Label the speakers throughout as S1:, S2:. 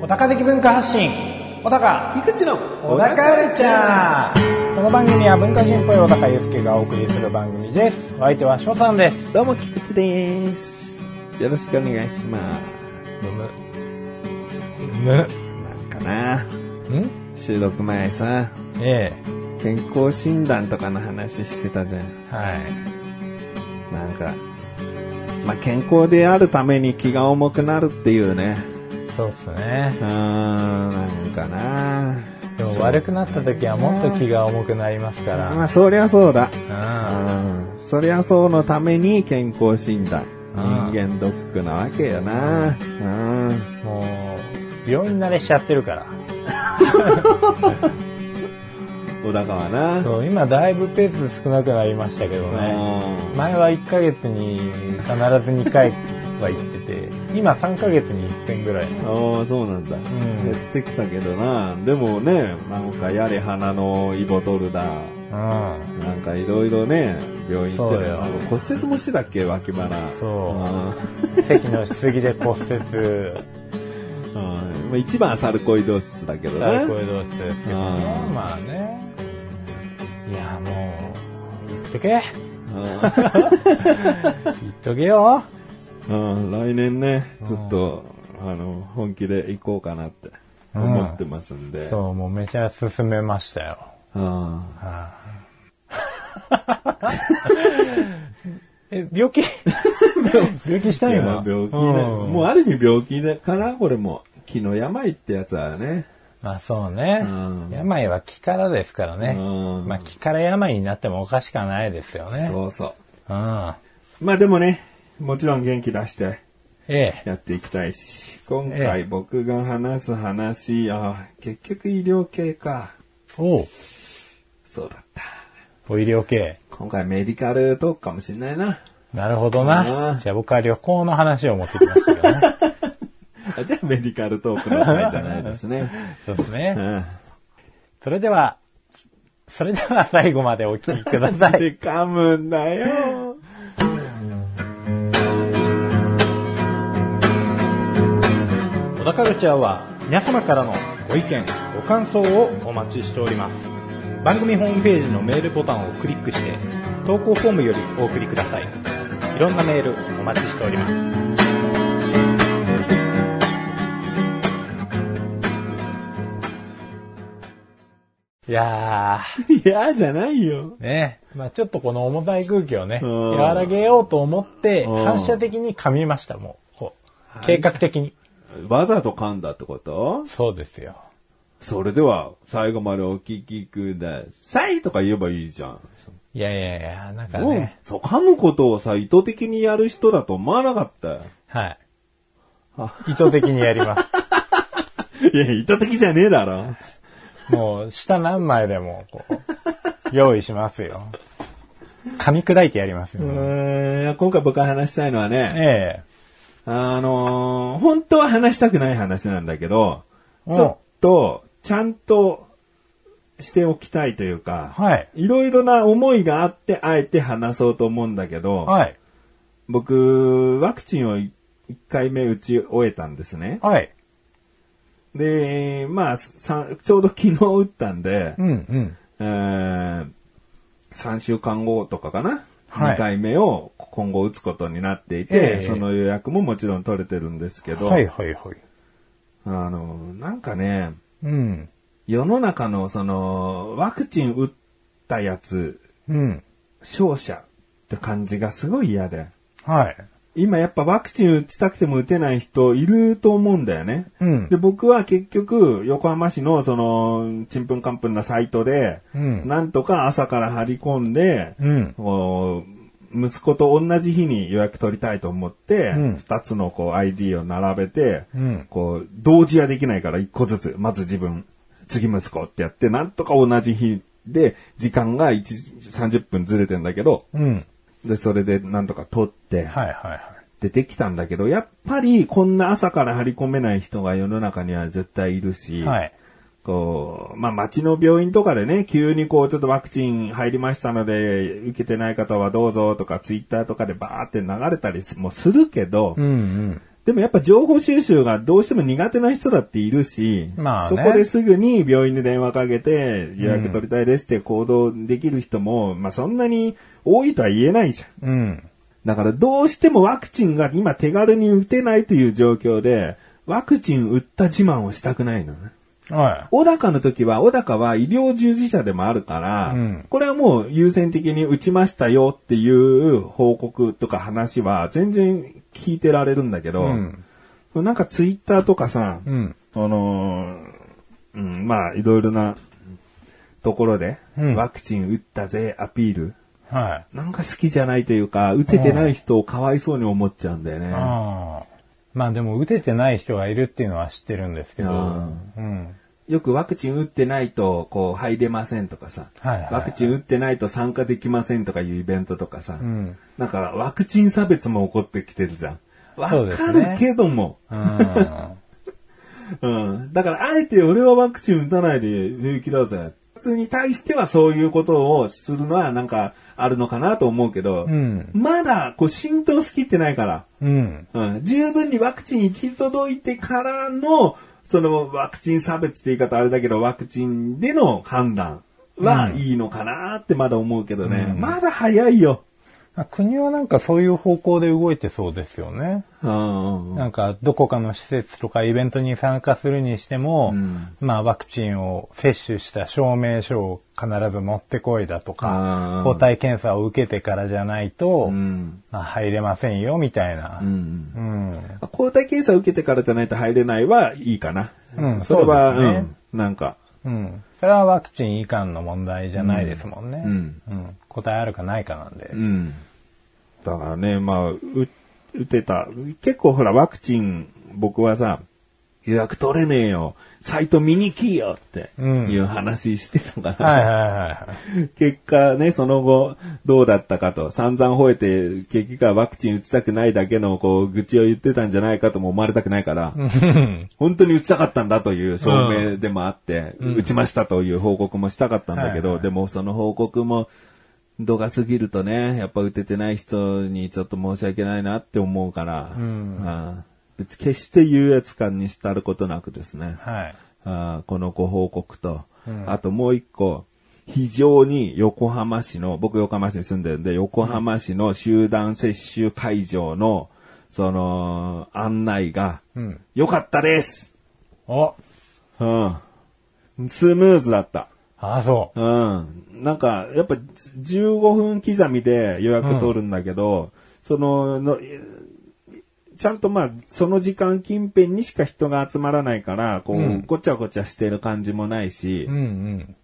S1: 小高的文化発信小高
S2: 菊池の
S1: 小高カルチャーこの番組は文化人っぽい小高祐介がお送りする番組ですお相手は翔さんです
S2: どうも菊池ですよろしくお願いしま
S1: むむ
S2: すなんかなん収録前さ
S1: え
S2: 健康診断とかの話してたじゃん
S1: えはい
S2: なんかまあ健康であるために気が重くなるっていうね
S1: そうっすね
S2: うーんなんかな
S1: でも悪くなった時はもっと気が重くなりますか
S2: まあ
S1: ら
S2: そりゃそうだ
S1: うん
S2: うんそりゃそうのために健康診断
S1: う
S2: 人
S1: ん
S2: 間ドックなわけよなうん
S1: もう病院慣れしちゃってるから
S2: 小高はな
S1: そう今だいぶペース少なくなりましたけどね
S2: うん
S1: 前は1ヶ月に必ず2回は行ってて今3ヶ月に1遍ぐらい
S2: ああ、そうなんだ。
S1: ん
S2: 減ってきたけどな。でもね、なんかやれ鼻のイボ取るだ。
S1: う
S2: なんかいろいろね、病院行っ
S1: そ
S2: て
S1: う
S2: る
S1: よ
S2: なんか骨折もしてたっけ脇腹。
S1: そう
S2: あ
S1: ん席のしすぎで骨折
S2: ーうんまあ一番はサルコイドーシスだけど
S1: 最高
S2: ね。
S1: 同士ですけどね
S2: うん
S1: まあねいやもう言っと け言っとけよ
S2: うんうん来年ね、ずっと、あの、本気で行こうかなって思ってますんで。
S1: そうもうめちゃ進めましたよ
S2: うん
S1: え病 気病気した
S2: い
S1: よ
S2: や
S1: 今
S2: 病気ね。
S1: うん
S2: もうある意味病気だから、これも。気の病ってやつはね。
S1: まあそうね。
S2: うん
S1: 病は気からですからね。
S2: うん
S1: まあ気から病になってもおかしくはないですよね。
S2: そうそ
S1: う
S2: う。
S1: ん。
S2: まあでもね、もちろん元気出して
S1: ええ。
S2: やっていきたいし、今
S1: ええ
S2: 回僕が話す話、ああ結局医療系か。
S1: おう
S2: そうだった。
S1: お医療系。
S2: 今回メディカルトークかもしんないな。
S1: なるほど
S2: う
S1: な。
S2: ん
S1: じゃあ僕は旅行の話を持ってきましたけどね。
S2: あじゃあメディカルトークの回じゃないです ね。
S1: そうです
S2: う
S1: ね。
S2: ん。
S1: それでは、それでは最後までお聞きください。
S2: で、噛むんだよ。
S1: 小田カルチャーは皆様からのご意見、ご感想をお待ちしております。番組ホームページのメールボタンをクリックして、投稿フォームよりお送りください。いろんなメールお待ちしております。いや
S2: いや、じゃないよ。
S1: ー、ねまあちょっとこの重たい空気をね、
S2: うん
S1: 和らげようと思って、
S2: うん
S1: 反射的に噛みました、もう。こう計画的に。
S2: わざと噛んだってこと
S1: そうですよ。
S2: それでは、最後までお聞きくださいとか言えばいいじゃん。
S1: いやいやいや、なんか
S2: うん
S1: ね、
S2: そう、噛むことをさ、意図的にやる人だと思わなかったよ。
S1: はい。意図的にやります。
S2: いや、意図的じゃねえだろ。
S1: もう、下何枚でも、こう、用意しますよ。噛み砕いてやりますよ、
S2: うーん、今回僕が話したいのはね、
S1: ええ
S2: あのー本当は話したくない話なんだけど、ち
S1: うん
S2: ょっと、ちゃんとしておきたいというか、
S1: はい。
S2: いろいろな思いがあって、あえて話そうと思うんだけど、
S1: はい。
S2: 僕、ワクチンを1回目打ち終えたんですね。
S1: はい。
S2: で、まあ、さちょうど昨日打ったんで、
S1: うん、うん。
S2: えー3週間後とかかな、
S1: はい
S2: 2回目を今後打つことになってい
S1: え
S2: て、
S1: え
S2: その予約ももちろん取れてるんですけど、
S1: はい、はい、はい。
S2: あの、なんかね、
S1: うん。
S2: 世の中のその、ワクチン打ったやつ、
S1: うん。
S2: 勝者って感じがすごい嫌で、
S1: はい。
S2: 今やっぱワクチン打ちたくても打てない人いると思うんだよね。
S1: うん
S2: で、僕は結局、横浜市のその、ちんぷんかんぷんなサイトで、
S1: うん
S2: なんとか朝から張り込んで、
S1: うん。
S2: こう息子と同じ日に予約取りたいと思って、
S1: うん
S2: 二つのこう ID を並べて、
S1: うん
S2: こう、同時はできないから一個ずつ、まず自分、次息子ってやって、なんとか同じ日で、時間が1、30分ずれてんだけど、
S1: うん。
S2: で、それでなんとか取って、
S1: はい、はい、はい。
S2: でできたんだけど、やっぱりこんな朝から張り込めない人が世の中には絶対いるし、
S1: はい。
S2: こう、まあ、町の病院とかでね、急にこう、ちょっとワクチン入りましたので、受けてない方はどうぞとか、ツイッターとかでバーって流れたりすもうするけど、
S1: うん
S2: でもやっぱ情報収集がどうしても苦手な人だっているし、
S1: まあね
S2: そこですぐに病院で電話かけて予約取りたいですって行動できる人も、まあそんなに多いとは言えないじゃん。
S1: うん。うん。
S2: だからどうしてもワクチンが今手軽に打てないという状況で、ワクチン打った自慢をしたくないのね。
S1: は
S2: 小高の時は、小高は医療従事者でもあるから、
S1: うん
S2: これはもう優先的に打ちましたよっていう報告とか話は全然聞いてられるんだけど、
S1: うん
S2: なんかツイッターとかさ、
S1: い。うん。
S2: あのーうん、まあいろいろなところで、
S1: うん
S2: ワクチン打ったぜアピール、
S1: はい。
S2: なんか好きじゃないというか、打ててない人をかわいそうに思っちゃうんだよね。
S1: ああ。まあでも打ててない人がいるっていうのは知ってるんですけど。
S2: あ
S1: うん。
S2: よくワクチン打ってないと、こう、入れませんとかさ、
S1: はいはい
S2: ワクチン打ってないと参加できませんとかいうイベントとかさ、
S1: うん。
S2: なんか、ワクチン差別も起こってきてるじゃん。わ
S1: そうで
S2: か
S1: すね
S2: るけども。
S1: うん。
S2: うん。だから、あえて俺はワクチン打たないで平気だぜ。普通に対してはそういうことをするのは、なんか、あるのかなと思うけど、
S1: うん
S2: まだ、こう、浸透しきってないから。
S1: うん。
S2: うん、十分にワクチン行き届いてからの、そのワクチン差別って言い方あれだけど、ワクチンでの判断
S1: う
S2: は
S1: ん
S2: いいのかなってまだ思うけどね。まだ早いよ。
S1: 国はなんかそういう方向で動いてそうですよね。
S2: うん。
S1: なんかどこかの施設とかイベントに参加するにしても、
S2: うん
S1: まあワクチンを接種した証明書を必ず持ってこいだと
S2: あ
S1: か
S2: ー、
S1: 抗体検査を受けてからじゃないと、
S2: うん。
S1: まあ入れませんよみたいな
S2: う。ん。
S1: うん。
S2: 抗体検査受けてからじゃないと入れないはいいかな。
S1: うん
S2: それは、
S1: そうですね
S2: うん。なんか、
S1: うん。それはワクチン以下の問題じゃないですもんね。
S2: うん
S1: うん答えあるかないかなんで
S2: う。ん。だからね、まあ、う打てた。結構ほら、ワクチン、僕はさ、予約取れねえよ。サイト見に来いよって、
S1: うん
S2: いう話してたから、
S1: はいはいはい。
S2: 結果ね、その後、どうだったかと、散々吠えて、結局はワクチン打ちたくないだけの、こう、愚痴を言ってたんじゃないかとも思われたくないから、本当に打ちたかったんだという証明でもあって、打ちましたという報告もしたかったんだけ
S1: はい
S2: ど、
S1: はい
S2: でもその報告も、度が過ぎるとね、やっぱ打ててない人にちょっと申し訳ないなって思うから、
S1: ん
S2: ああ別決して優越感に浸ることなくですね。
S1: はい。
S2: あーこのご報告と、あともう一個、非常に横浜市の、僕横浜市に住んでるんで、横浜市の集団接種会場の、その、案内が、
S1: うん。
S2: 良かったです
S1: お
S2: うん。スムーズだった。
S1: ああ、そう。
S2: うん。なんか、やっぱ15分刻みで予約取るんだけど、そのの、えちゃんとまあ、その時間近辺にしか人が集まらないから、こう、
S1: うん
S2: ごちゃごちゃしてる感じもないし、
S1: うんうん。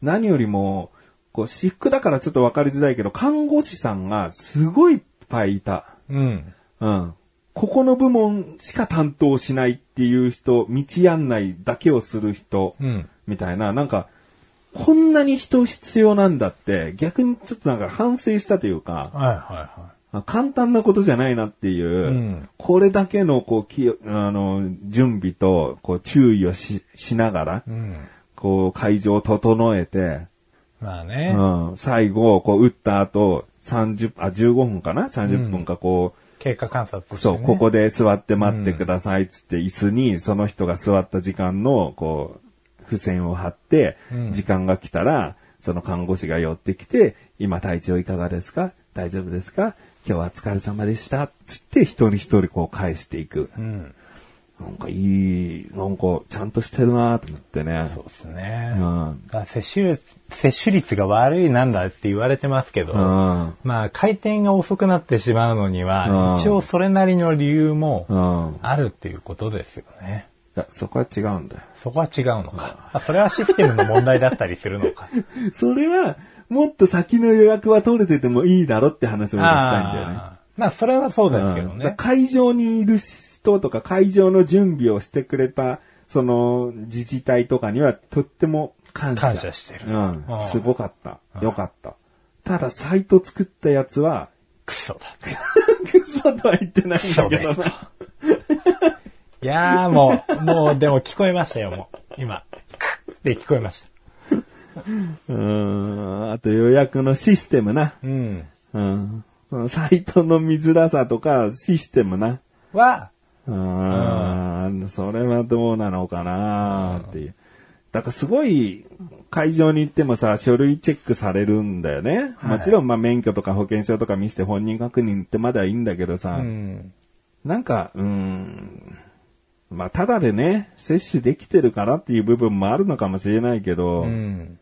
S2: 何よりも、こう、私服だからちょっとわかりづらいけど、看護師さんがすごいいっぱいいた。
S1: うん。
S2: うん。ここの部門しか担当しないっていう人、道案内だけをする人、
S1: うん。
S2: みたいな、なんか、こんなに人必要なんだって、逆にちょっとなんか反省したというか、
S1: はいはいは
S2: あ簡単なことじゃないなっていう、
S1: ん
S2: これだけの、こう、きあの、準備と、こう、注意をし、しながら
S1: い。、うん。
S2: こう、会場を整えて、
S1: まあね。
S2: うん、最後、こう、打った後、30、あ、15分かな ?30 分か、こう、
S1: 経過観察して、
S2: そ
S1: ね。
S2: う、ここで座って待ってくださいっつって、椅子にその人が座った時間の、こう、付箋を貼って、
S1: うん
S2: 時間が来たら、その看護師が寄ってきて、今体調いかがですか大丈夫ですか今日はお疲れ様でした。つって一人一人こう返していく。
S1: うん。
S2: なんかいい、なんかちゃんとしてるなと思ってね。
S1: そうですね。
S2: うん
S1: だから接種率、接種率が悪いなんだって言われてますけど、
S2: うん。
S1: まあ回転が遅くなってしまうのに
S2: う
S1: は、
S2: ん
S1: 一応それなりの理由も
S2: うん。い
S1: あるっていうことですよね。
S2: や、そこは違うんだよ。
S1: そこは違うのか。あそれはシステムの問題だったりするのか。
S2: それは、もっと先の予約は取れててもいいだろって話を俺はしたいんだよね。
S1: ああ。まあそれはそうですけど
S2: うんだから
S1: ね。
S2: 会場にいる人とか会場の準備をしてくれた、その自治体とかにはとっても感謝。
S1: 感謝してる
S2: うん
S1: うん。
S2: すごかった。よかった。ただ、サイト作ったやつは、
S1: クソだ。
S2: クソとは言ってない
S1: ク
S2: ん
S1: ソ
S2: だけ
S1: で
S2: ど
S1: すと
S2: な。。
S1: いやーもう、もうでも聞こえましたよ、もう。今。って聞こえました。
S2: うーん、あと予約のシステムな。
S1: うん。
S2: うん。そのサイトの見づらさとか、システムな。
S1: は、
S2: あーそれはどうなのかなっていう。だからすごい、会場に行ってもさ、書類チェックされるんだよね。
S1: はい
S2: もちろん、まあ、免許とか保険証とか見せて本人確認ってまだいいんだけどさ、
S1: うん。
S2: なんか、うーん、まあ、ただでね、接種できてるからっていう部分もあるのかもしれないけど、
S1: うん。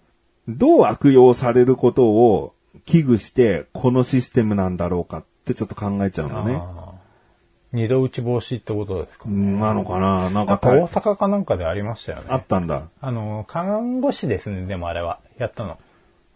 S2: どう悪用されることを危惧して、このシステムなんだろうかってちょっと考えちゃうのね。
S1: あー二度打ち防止ってことですか。
S2: うんなのかななん
S1: な
S2: か
S1: んか大阪かなんかでありましたよね。
S2: あったんだ。
S1: あの、看護師ですね、でもあれは。やったの。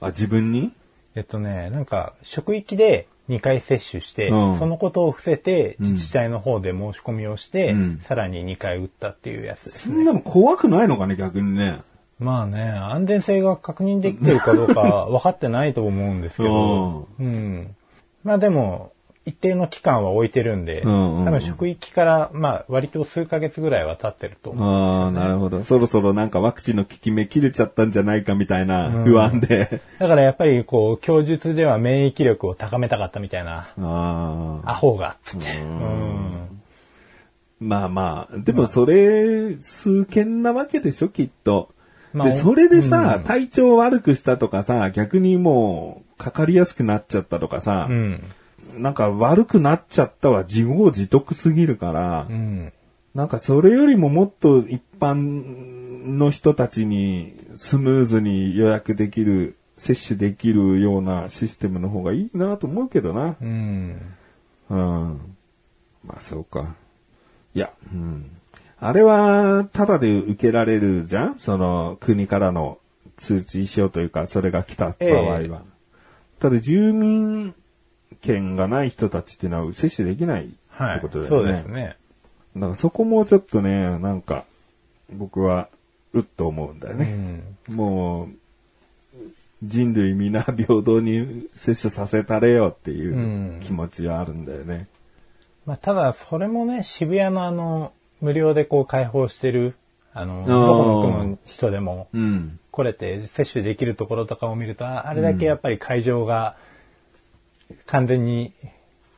S2: あ、自分に
S1: えっとね、なんか、職域で2回接種して、
S2: うん
S1: そのことを伏せて、自治体の方で申し込みをして、
S2: うん
S1: さらに2回打ったっていうやつです
S2: そ。んなの怖くないのかね、逆にね。
S1: まあね、安全性が確認できてるかどう か分かってないと思うんですけど、うん。まあでも、一定の期間は置いてるんで、
S2: うんうん
S1: 多分職域から、まあ割と数ヶ月ぐらいは経ってると思う。
S2: ああ、なるほど。そろそろなんかワクチンの効き目切れちゃったんじゃないかみたいな不安で。
S1: だからやっぱりこう、供述では免疫力を高めたかったみたいな、
S2: ああ。
S1: アホが、つって。うん
S2: まあまあ、でもそれ、数件なわけでしょ、きっと。
S1: まあ
S2: で、それでさ、体調悪くしたとかさ、逆にもう、かかりやすくなっちゃったとかさ、
S1: うん。
S2: なんか悪くなっちゃったは自業自得すぎるから、
S1: うん。
S2: なんかそれよりももっと一般の人たちにスムーズに予約できる、接種できるようなシステムの方がいいなと思うけどな。
S1: うん。
S2: うん。まあそうか。いや、うん。あれは、ただで受けられるじゃんその、国からの通知しようというか、それが来た場合は。
S1: ええ
S2: ただ、住民権がない人たちっていうのは接種できないって
S1: はい。
S2: ことだ
S1: そ
S2: よね。
S1: うですね。
S2: だからそこもちょっとね、なんか、僕は、うっと思うんだよ
S1: う
S2: ね。
S1: ん。
S2: もう、人類皆平等に接種させたれよっていう気持ちがあるんだよね。
S1: まあ、ただ、それもね、渋谷のあの、無料でこう開放してる、あの、
S2: ー
S1: どこの区の人でも
S2: うん。
S1: 来れて接種できるところとかを見ると、ああれだけやっぱり会場が完全に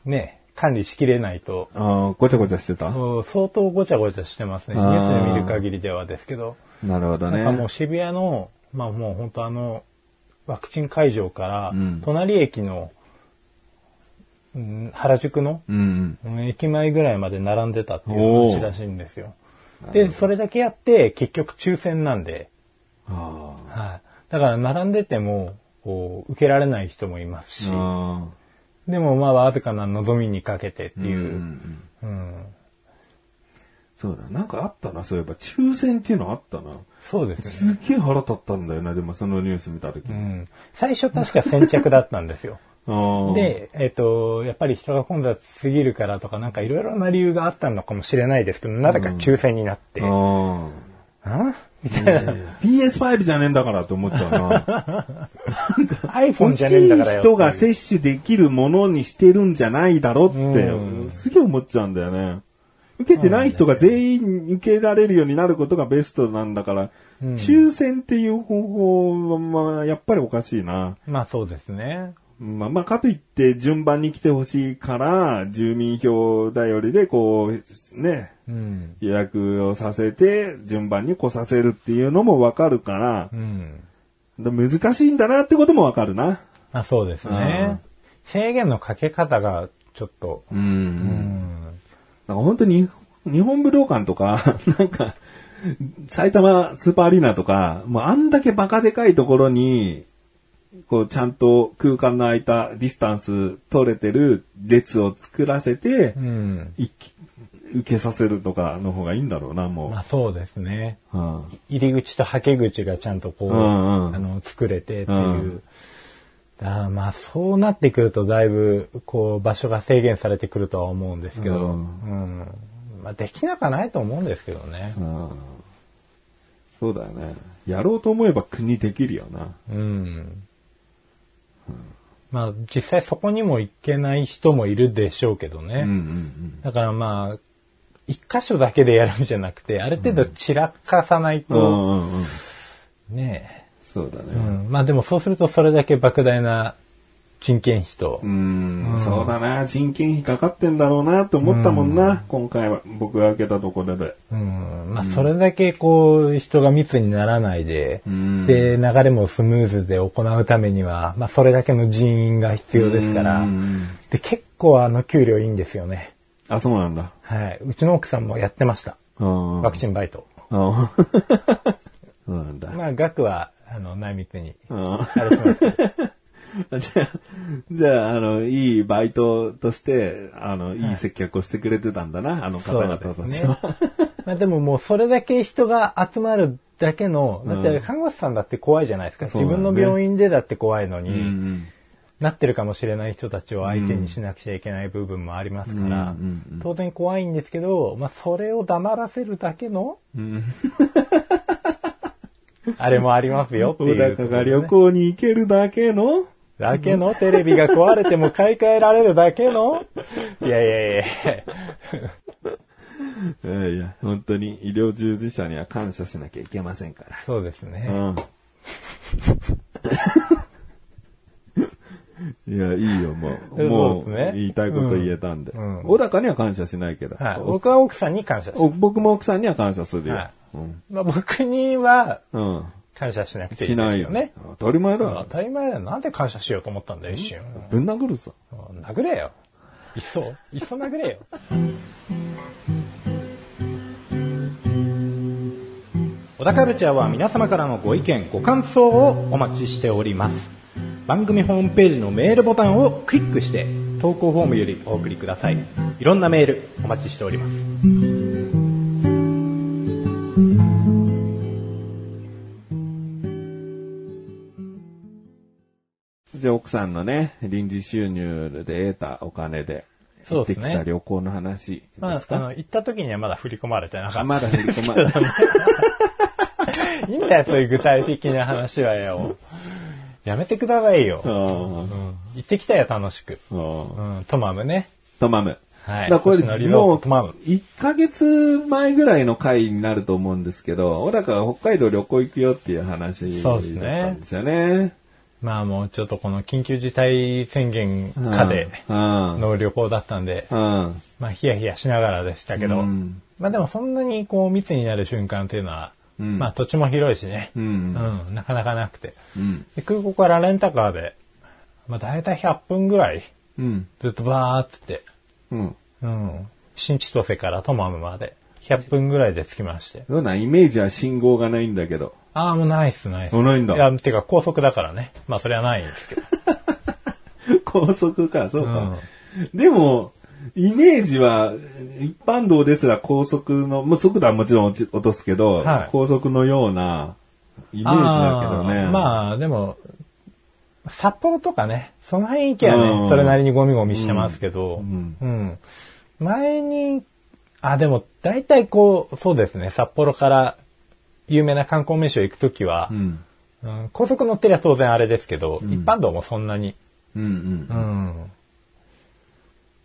S1: ね、管理しきれないと、
S2: ああ、ごちゃごちゃしてた
S1: そう相当ごちゃごちゃしてますね。ニ
S2: あ
S1: ュ
S2: ー
S1: ースで見る限りではですけど。
S2: なるほど
S1: なんかもう
S2: ね。
S1: 渋谷の、まあもう本当あの、ワクチン会場から、
S2: うん
S1: 隣駅の、うん原宿の、
S2: うん。
S1: 駅前ぐらいまで並んでたっていう話らしいんですよ。で、それだけやって、結局抽選なんで、
S2: あ
S1: はい。だから並んでても、こう、受けられない人もいますし、
S2: あ。
S1: でもまあわずかな望みにかけてって
S2: う
S1: いう、
S2: ん。
S1: うん。
S2: そうだ、なんかあったな、そういえば。抽選っていうのあったな。
S1: そうですね。
S2: すっげえ腹立ったんだよな、でもそのニュース見たとき。
S1: うん。最初確か先着だったんですよ。
S2: ああ。、
S1: で、えっ、と、やっぱり人が混雑すぎるからとか、なんかいろいろな理由があったのかもしれないですけど、なぜか抽選になって、
S2: あ
S1: ん
S2: あ。
S1: みたいな。
S2: PS5 じゃねえんだからと思っちゃうな。
S1: iPhone
S2: 欲し
S1: じゃねえん
S2: い
S1: だからよ。
S2: 人が接種できるものにしてるんじゃないだろっ
S1: う
S2: て、すげえ思っちゃうんだよね。受けてない人が全員受けられるようになることがベストなんだから、
S1: うん
S2: 抽選っていう方法は、まあ、やっぱりおかしいな。
S1: まあそうですね。
S2: まあ、まあ、かといって順番に来てほしいから、住民票頼りで、こう、ね、
S1: うん。
S2: 予約をさせて、順番に来させるっていうのもわかるから
S1: う、ん。
S2: だ難しいんだなってこともわかるな。
S1: まあそうですね。制限のかけ方がちょっと、うん。
S2: なんか本当に、日本武道館とか、 なんか、埼玉スーパーアリーナとか、もうあんだけバカでかいところに、こうちゃんと空間の空いたディスタンス取れてる列を作らせて
S1: う、ん。
S2: い受けさせるとかの方がいいんだろうな、も
S1: まあそうですね。
S2: う。うん
S1: 入り口とはけ口がちゃんとこう、
S2: うんうん
S1: あの、作れてっていう。
S2: うん
S1: だからまあそうなってくるとだいぶこう場所が制限されてくるとは思うんですけど、う
S2: うん
S1: んまあ、できなくはないと思うんですけどね。
S2: うんそうだよね。やろうと思えば国できるよな。
S1: うんまあ実際そこにも行けない人もいるでしょうけどね。
S2: うんうん
S1: だからまあ一箇所だけでやるんじゃなくてある程度散らかさない
S2: うん。うん
S1: と
S2: うんうん。
S1: ね
S2: そうだ
S1: え。う
S2: ね。
S1: ん。まあでもそうするとそれだけ莫大な人件費と
S2: う、ん、そうだな。人件費かかってんだろうなと思ったもんな。今回は僕が開けたところで。
S1: うん。まあそれだけこう、人が密にならないで、
S2: ん
S1: で、流れもスムーズで行うためには、まあそれだけの人員が必要ですから
S2: う、ん
S1: で、結構あの給料いいんですよね。
S2: あ、そうなんだ。
S1: はい。うちの奥さんもやってました。
S2: うん。
S1: ワクチンバイト。
S2: あ そうなんだ。
S1: まあ額は、あの、内密に。
S2: うん
S1: あれしますけど
S2: じゃあ、じゃあ、あの、いいバイトとして、あの、いい接客をしてくれてたんだな、あの方々たち
S1: そうですね
S2: は。
S1: まあでももうそれだけ人が集まるだけの、だって看護師さんだって怖いじゃないですか。
S2: そ
S1: 自
S2: うだね
S1: 分の病院でだって怖いのに、
S2: うん
S1: なってるかもしれない人たちを相手にしなくちゃいけない部分もありますから、
S2: うんうんうん
S1: 当然怖いんですけど、まあそれを黙らせるだけ の、
S2: うん
S1: あれもありますよってい
S2: 小
S1: う、
S2: 高が旅行に行けるだけの、
S1: だけのテレビが壊れても買い替えられるだけのいやいやいや。
S2: いやいや、本当に医療従事者には感謝しなきゃいけませんか
S1: そうですね。
S2: ら。うん。 いや、いいよ、もう。も、
S1: そううですね
S2: 言いたいこと言えたんで。
S1: うんうん
S2: 小高には感謝しないけど。
S1: はい、僕は奥さんに感謝し
S2: お
S1: ます。
S2: 僕も奥さんには感謝するよ。
S1: はい
S2: うん。
S1: まあ、僕には
S2: うん。
S1: 感謝しなくてい
S2: し
S1: いで
S2: な
S1: す
S2: いよ
S1: よね。
S2: 当たり前だ
S1: 当
S2: よ。
S1: たり前だよ。なんで感謝しようと思ったんだよ、一瞬。
S2: ぶん殴るぞ。
S1: 殴れよ。いっそ、いっそ殴れよ。小田カルチャーは皆様からのご意見、ご感想をお待ちしております。番組ホームページのメールボタンをクリックして、投稿フォームよりお送りください。いろんなメールお待ちしております。
S2: じゃあ奥さんのね、臨時収入で得たお金で、行
S1: そう
S2: って
S1: です
S2: き
S1: ね
S2: た旅行の話
S1: ま
S2: で
S1: あ
S2: す、
S1: あ
S2: か
S1: の、行った時にはまだ振り込まれてなか
S2: あ、
S1: っ
S2: まだ振り込 まれた。
S1: た。いいんだよ、そういう具体的な話はよ。やめてくださいよ。
S2: うん
S1: うん行ってきたよ、楽しく。
S2: うん
S1: うん、トマムね。
S2: トマム。
S1: はい
S2: だからこ
S1: 星野リ
S2: れ、
S1: ゾ
S2: も
S1: ー
S2: う、
S1: トマム
S2: 1ヶ月前ぐらいの回になると思うんですけど、小高が北海道旅行行くよっていう話だ
S1: そ
S2: っ
S1: うですね
S2: たんですよね。
S1: まあもうちょっとこの緊急事態宣言下で
S2: うん。うん
S1: の旅行だったんで、
S2: うん。
S1: まあヒヤヒヤしながらでしたけど、
S2: うん
S1: まあでもそんなにこう密になる瞬間っていうのは、
S2: うん
S1: まあ土地も広いしね、
S2: う。
S1: うんん、なかなかなくて。
S2: うん。
S1: で空港からレンタカーで、まあ大体100分ぐらい
S2: うん。
S1: ずっとバーってって、
S2: うん。
S1: うん、新千歳からトマムまで100分ぐらいで着きまして。
S2: どうなんイメージは信号がないんだけど。
S1: ああ、もうないっす、ないっす。
S2: あないんだ
S1: いや、てか高速だからね。まあそれはないんですけど。
S2: 高速か、そうか。でも、イメージは、一般道ですら高速の、まあ、速度はもちろん落ち落とすけど、
S1: はい
S2: 高速のようなイメージだけどね
S1: あ。ーまあ、でも、札幌とかね、その辺行きゃ
S2: うん
S1: ね、それなりにゴミゴミしてますけど、
S2: ん
S1: うん前に、あ、でも、大体こう、そうですね、札幌から有名な観光名所行くときは
S2: う、ん。
S1: うん高速乗ってりゃ当然あれですけど、一般道もそんなに。
S2: うんう
S1: う。
S2: ん
S1: ん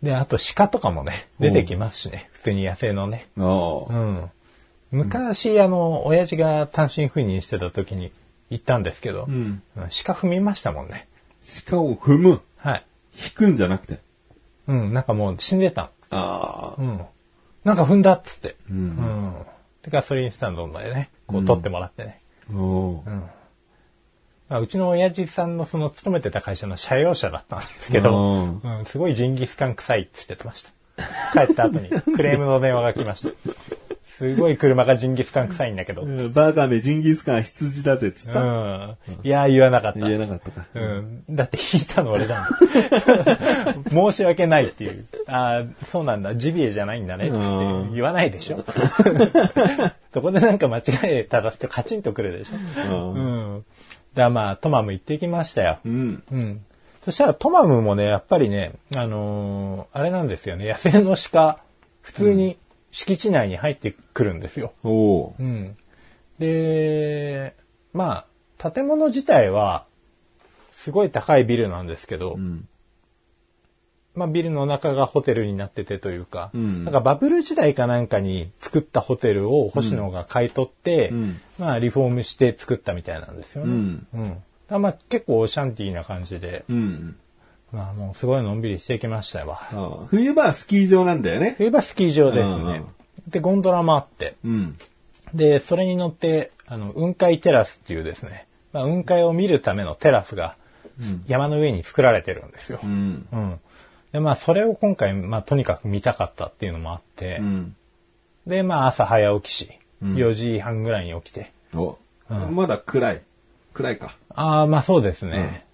S1: で、あと鹿とかもね、出てきますしね、普通に野生のね。
S2: お
S1: う
S2: ー
S1: ん。昔、あの、親父が単身赴任してた時に行ったんですけど、
S2: うん。
S1: うん鹿踏みましたもんね。
S2: 鹿を踏む。
S1: はい。
S2: 引くんじゃなくて。
S1: うん、なんかもう死んでた
S2: あ
S1: の。
S2: あ。
S1: うん。なんか踏んだっつって。う
S2: う。
S1: んん。てか、ガソリンスタンドでね、こう取ってもらってね。
S2: お
S1: う
S2: ー
S1: ん。まあ、うちの親父さんのその勤めてた会社の社用車だったんですけど、
S2: うん
S1: うん、すごいジンギスカン臭いっつってました。帰った後にクレームの電話が来ま した。すごい車がジンギスカン臭いんだけど、
S2: うんバカめジンギスカン羊だぜっつっ
S1: う
S2: た。
S1: ん。いや、言わなかった。
S2: 言えなかったか。
S1: うん。だって引いたの俺だもん。申し 訳ないっていう。ああ、そうなんだ。ジビエじゃないんだね。つっ
S2: うん
S1: て言わないでし ょ。そこでなんか間違えたらちょっとカチンとくるでしょ。
S2: う。
S1: うんん。だからまあ、トマム行ってきましたよ
S2: う。ん。
S1: うん。そしたらトマムもね、やっぱりね、あのーあれなんですよね。野生の鹿、普通に敷地内に入ってくるんですよ。
S2: おー
S1: うん。で、まあ、建物自体は、すごい高いビルなんですけど、
S2: うん。
S1: まあビルの中がホテルになっててというか、
S2: うん
S1: なんかバブル時代かなんかに作ったホテルを星野が買い取って、
S2: うん
S1: まあリフォームして作ったみたいなんですよ
S2: う
S1: ね。
S2: ん。
S1: うん。だからまあ結構オシャンティーな感じで、
S2: うん。
S1: まあもうすごいのんびりしてきましたわ。
S2: ああ冬場はスキー場なんだよね。
S1: 冬場スキー場です
S2: うんう
S1: ね
S2: ん。
S1: で、ゴンドラもあって、
S2: うん。
S1: で、それに乗って、あの、雲海テラスっていうですね、まあ、雲海を見るためのテラスが山の上に作られてるんですよ
S2: う。ん。
S1: うん。で、まあ、それを今回、まあ、とにかく見たかったっていうのもあって、
S2: うん。
S1: で、まあ、朝早起きし、
S2: うん
S1: 4時半ぐらいに起きて、
S2: お、
S1: うん
S2: まだ暗い。暗いか。
S1: ああ、まあそうですね。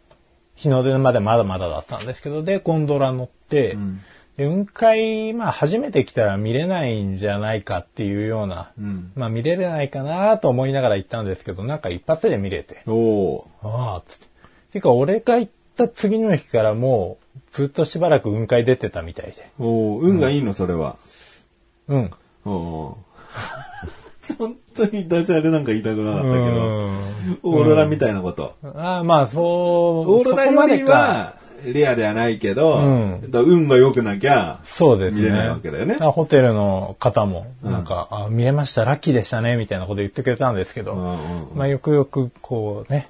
S1: 日の出までまだまだだったんですけど、で、ゴンドラ乗って、
S2: うん
S1: で雲海、まあ初めて来たら見れないんじゃないかっていうような、
S2: うん
S1: まあ見れないかなと思いながら行ったんですけど、なんか一発で見れて、
S2: おお
S1: ああ、つって。てか、俺が行った次の日からもう、ずっとしばらく雲海出てたみたいで。
S2: ーおー運がいいの、それは。
S1: うん。
S2: おおー 本当にダジャレなんか言いたくなかったけど、オーロラみたいなこと。
S1: うんああ、まあそう、
S2: オーロラ
S1: そ
S2: より
S1: こまでか、
S2: は、レアではないけど、
S1: うん
S2: だから運が良くなきゃ、
S1: そうですね。
S2: 見れないわけだよね
S1: あホテルの方も、なんか、あ見れました、ラッキーでしたね、みたいなこと言ってくれたんですけど、
S2: うんうんうん
S1: まあよくよく、こうね、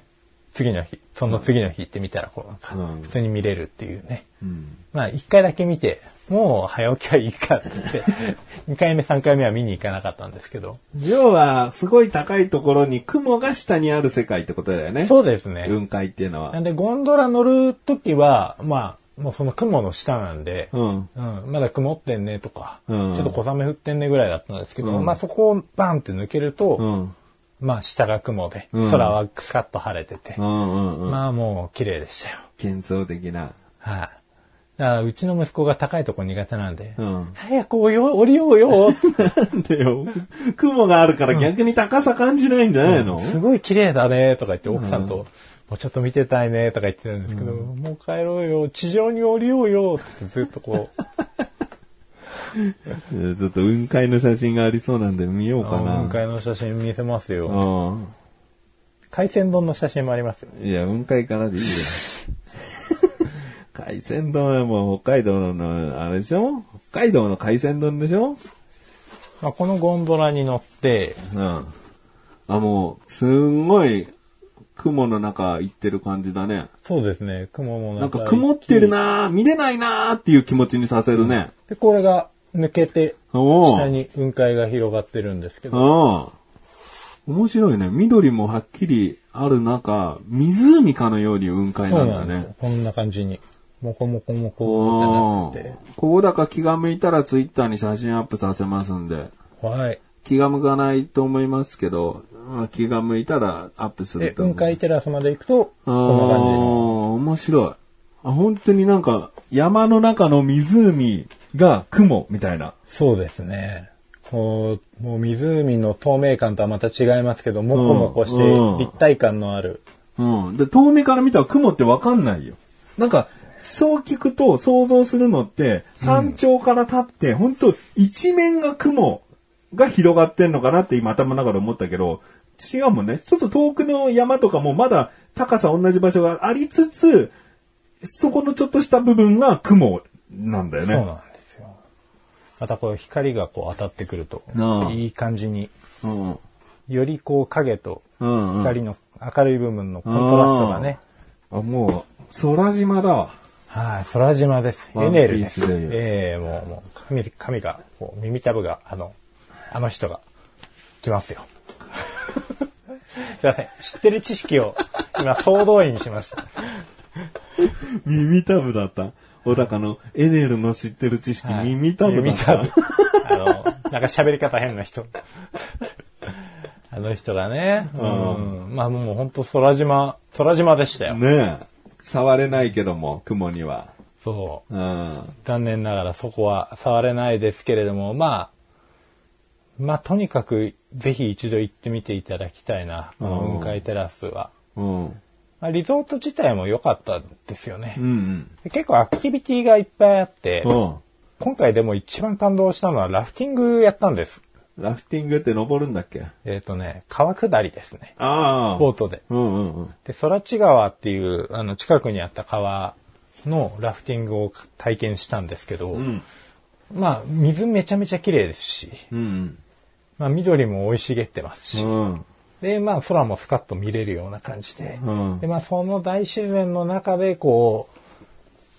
S1: 次の日、その次の日行ってみたら、こう、なんか
S2: うん、
S1: 普通に見れるっていうね。
S2: うん
S1: まあ一回だけ見て、もう早起きはいいかって言って、 二回目、三回目は見に行かなかったんですけど、
S2: 要は、すごい高いところに雲が下にある世界ってことだよね。
S1: そうですね。
S2: 雲海っていうの
S1: な
S2: は。
S1: んで、ゴンドラ乗るときは、まあ、もうその雲の下なんで、
S2: うん。
S1: うん、まだ曇ってんねとか、
S2: うん
S1: ちょっと小雨降ってんねぐらいだったんですけど、
S2: うん
S1: まあそこをバンって抜けると、
S2: うん。
S1: まあ下が雲で、
S2: うん
S1: 空はくかっと晴れてて、
S2: うんうんうん。
S1: まあもう綺麗でしたよ。
S2: 幻想的な。
S1: はい、だからうちの息子が高いとこ苦手なんで、
S2: うん。
S1: 早くおよ降りようよって
S2: なんだよ。雲があるから逆に高さ感じないんじゃないの、
S1: すごい綺麗だねとか言って奥さんと、もうちょっと見てたいねとか言ってるんですけど、もう帰ろうよ、地上に降りようよってずっとこう、
S2: ちょっと雲海の写真がありそうなんで見ようかな。
S1: 雲海の写真見せますよ。
S2: うん。
S1: 海鮮丼の写真もありますよ。
S2: いや、雲海から でいいよ。海鮮丼はもう北海道の、あれでしょ北海道の海鮮丼でしょ
S1: まあ、このゴンドラに乗って、
S2: うん。あ、もう、すんごい、雲の中行ってる感じだね。
S1: そうですね、雲も
S2: なんか曇ってる
S1: な。
S2: なー見れないなーっていう気持ちにさせるね。
S1: で、これが抜けて、
S2: お
S1: 下
S2: ー
S1: に雲海が広がってるんですけど、
S2: うん。面白いね。緑もはっきりある中、湖かのように雲海
S1: そ
S2: な
S1: うんな
S2: だ
S1: んですよ
S2: ね。。
S1: こんな感じに、もこもこもこ
S2: お
S1: ってなって
S2: ーここだか気が向いたらツイッターに写真アップさせますんで。
S1: て、はい。
S2: 気が向かないと思いますけど、まあ気が向いたらアップす
S1: で、
S2: ると思
S1: 雲
S2: う。
S1: 海テラスまで行くと、こんな感じ
S2: あー面白い。あ、本当になんか、山の中の湖が雲みたいな。
S1: そうですね。こう、もう湖の透明感とはまた違いますけど、もこもこし
S2: うん
S1: て立体感のある。
S2: うん。で、遠目から見たら雲ってわかんないよ。なんか、そう聞くと想像するのって、山頂から立って、本当一面が雲が広がってんのかなって今頭の中で思ったけど、違うもんね。ちょっと遠くの山とかもまだ高さ同じ場所がありつつ、そこのちょっとした部分が雲なんだよね。
S1: そうなんですよ。またこう光がこう当たってくると
S2: ああ、
S1: いい感じに、
S2: うん。
S1: よりこう影と
S2: うん、うん。
S1: 光の明るい部分のコントラストがね。
S2: あ、もう、空島だわ。
S1: はい、空島です。
S2: ワン
S1: エ
S2: ピ
S1: ネル
S2: ー
S1: で
S2: ス
S1: す。
S2: で言う
S1: ええもう、もう、神、神が、こう、耳たぶが、あの、あの人が、来ます よ。すいません。知ってる知識を、今、総動員しました。
S2: 耳たぶだった。小高のエネルの知ってる知識、
S1: はい
S2: 耳たぶだった。
S1: 耳たぶあの、なんか喋り方変な人。あの人がね、うん。まあもう本当空島、空島でしたよ。
S2: ねえ。触れないけども、雲には。
S1: そう。
S2: うん。
S1: 残念ながらそこは触れないですけれども、まあ、まあとにかくぜひ一度行ってみていただきたいな、この雲海テラスは。
S2: うん。
S1: まあ、リゾート自体も良かったですよ
S2: う
S1: ね。
S2: ん。
S1: 結構アクティビティがいっぱいあって、
S2: うん。
S1: 今回でも一番感動したのはラフティングやったんです。
S2: ラフティングって登るんだっけ
S1: えっ、とね、川下りですね。
S2: ああ。
S1: ボートで。
S2: うんうんうん。
S1: で、空知川っていう、あの、近くにあった川のラフティングを体験したんですけど、
S2: うん。
S1: まあ、水めちゃめちゃ綺麗ですし、
S2: うん。
S1: まあ、緑も生い茂ってますし、
S2: うん。
S1: で、まあ、空もスカッと見れるような感じで、
S2: うん
S1: で、まあ、その大自然の中で、こ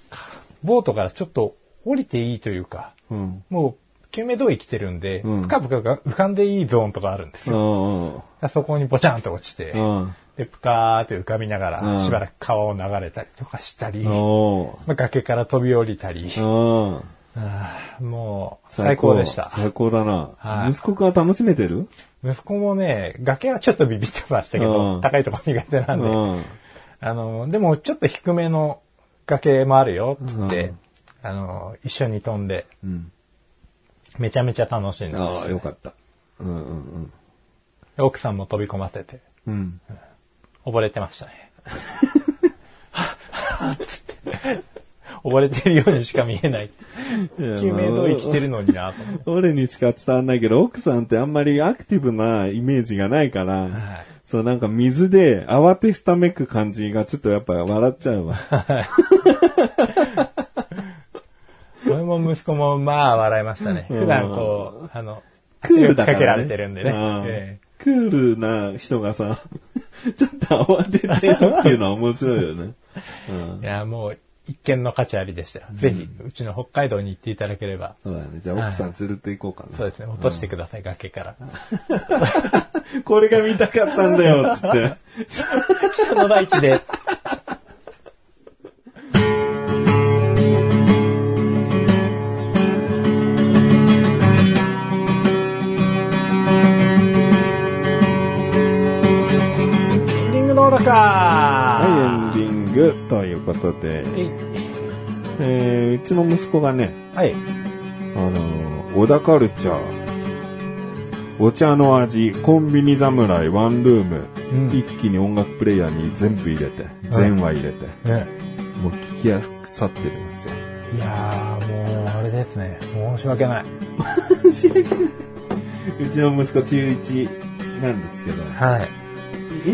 S1: う、かボートからちょっと降りていいというか、
S2: うん。
S1: もう、救命胴衣着てるんで、
S2: うん
S1: ぷかぷかが浮かんでいいゾーンとかあるんです
S2: う
S1: よ。
S2: ん。うん。
S1: そこにぼちゃんと落ちて、
S2: うん。
S1: で、ぷかーって浮かびなが
S2: う
S1: ら、
S2: ん
S1: しばらく川を流れたりとかしたり、ま
S2: お
S1: あ、崖から飛び降りたり、
S2: ーうん。
S1: あーもう、最高でした。
S2: 最高だな。
S1: はい
S2: 息子くんは楽しめてる
S1: 息子もね、崖はちょっとビビってましたけど、
S2: うん
S1: 高いとこ苦手な
S2: うん
S1: で、
S2: ん。
S1: あの、でもちょっと低めの崖もあるよ、つって、
S2: うん
S1: あの、一緒に飛んで、
S2: うん。
S1: めちゃめちゃ楽しんでま
S2: あ
S1: し
S2: あ、
S1: た
S2: よかった。うんうん
S1: で奥さんも飛び込ませて、
S2: うん。うん。
S1: 溺れてました ね。 はっはっつって、溺れてるようにしか見えない。救命胴衣着てるのにな、と思って。
S2: 俺にしか伝わんないけど、奥さんってあんまりアクティブなイメージがないから、
S1: はい
S2: そうなんか水で慌てふためく感じがちょっとやっぱ笑っち ゃうわ。
S1: 俺も息子もまあ笑いましたね。
S2: うん
S1: 普段こう、あの、
S2: クールだから、ね。
S1: かけられてるんでね。
S2: うん
S1: ええ
S2: クールな人がさ、 ちょっと慌ててるっていうのは面白いよね。うん
S1: いや、もう、一見の価値ありでしたよ。ぜひ、うちの北海道に行っていただければ、
S2: そうだね。じゃあ奥さん連れて行こうか
S1: そうですね、落としてください、崖から。
S2: な。これが見たかったんだ よ、つって。
S1: 北の大地で。エンディングのー
S2: は
S1: か
S2: い、エンディングということで、えー、うちの息子がね、
S1: はい。
S2: あのー、小田カルチャー、お茶の味、コンビニ侍、ワンルーム、
S1: うん
S2: 一気に音楽プレイヤーに全部入れて、全話入れて、
S1: ね
S2: もう聞きやすくさってるんですよ。
S1: いやー、もう、あれですね。申し訳ない。
S2: うちの息子中1なんですけど、
S1: はい。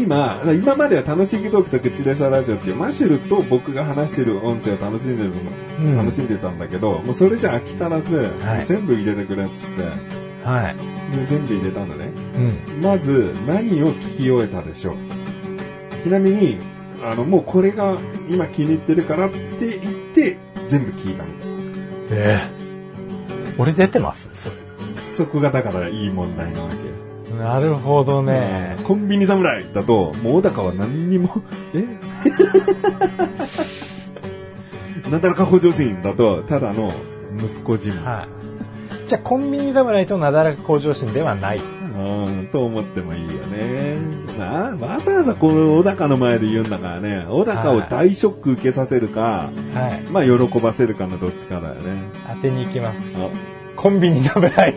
S2: 今、今までは楽しいトークと口でさラジオっていうマシュルと僕が話してる音声を楽しんでるの、
S1: うん
S2: 楽しんでたんだけど、もうそれじゃ飽き足らず、
S1: はい
S2: 全部入れてくれっつって、
S1: はい。
S2: で全部入れたのね。
S1: うん。
S2: まず、何を聞き終えたでしょうちなみに、あの、もうこれが今気に入ってるからって言って、全部聞いたの。
S1: えー、俺出てますそれ。
S2: そこがだからいい問題なわけ。
S1: なるほどね。
S2: コンビニ侍だと、もう小高は何にも、 えなんたらか補助人だと、ただの息子自慢、
S1: はい。じゃあ、コンビニ侍となだらか向上心ではない。
S2: うん、と思ってもいいよね。なあ、わざわざこの小高の前で言うんだからね、小高を大ショック受けさせるか、
S1: はい。
S2: まあ喜ばせるかのどっちかだよね。
S1: 当てに行きます。
S2: あ
S1: コンビニ侍。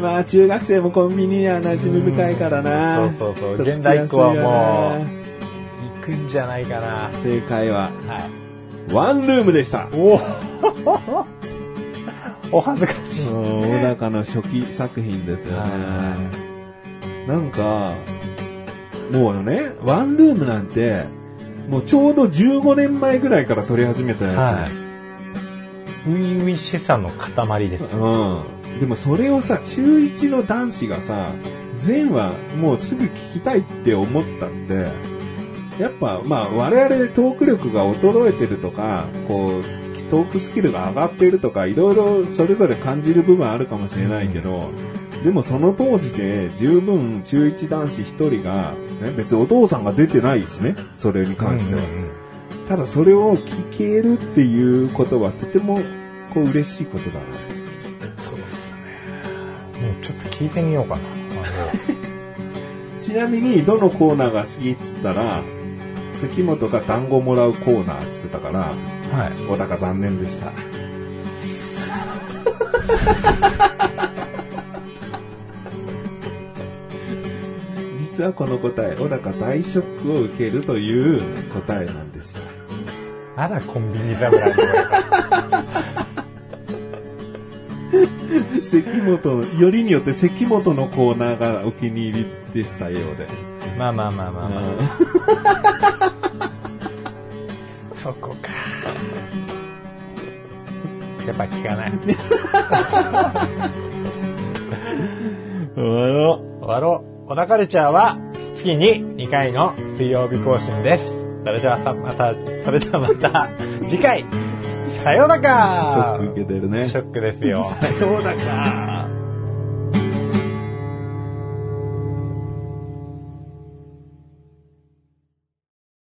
S2: まあ中学生もコンビニには馴染み深いからな。
S1: うんそうそうそう
S2: とっつきやすいよな
S1: 現代っ子はも行くんじゃないかな。
S2: 正解は、
S1: はい。
S2: ワンルームでした。
S1: おお お恥ずかしい。
S2: 小高の初期作品ですよ
S1: は
S2: ね。なんか、もうね、ワンルームなんて、もうちょうど15年前ぐらいから撮り始めたやつです。
S1: 初々しさの塊です。
S2: うん。でもそれをさ、中1の男子がさ、全話もうすぐ聞きたいって思ったって、やっぱまあ我々トーク力が衰えてるとか、こう、トークスキルが上がってるとか、いろいろそれぞれ感じる部分あるかもしれないけど、でもその当時で十分中1男子一人が、ね、別にお父さんが出てないしね、それに関しては。
S1: うんうんうん
S2: ただそれを聞けるっていうことはとてもこう嬉しいことだな。
S1: そうですね。もうちょっと聞いてみようかな。
S2: ちなみに、どのコーナーが好きっつったら、関本が団子もらうコーナーっつってたから、
S1: あのはい。
S2: 小高残念でした。 実はこの答え、小高大ショックを受けるという答えなんですよ。
S1: あら、コンビニ侍の親方。
S2: 関本の、よりによって関本のコーナーがお気に入りでしたようで。
S1: まあまあまあまあまあ、
S2: うん
S1: そこか。やっぱ聞かない。
S2: 終わろう。
S1: 終わろう。小田カルチャーは月に2回の水曜日更新です。それではさ、また、それではまた、次回、さような
S2: ショッ
S1: ら
S2: ク受けてるね。
S1: ショックですよ。
S2: さようだか。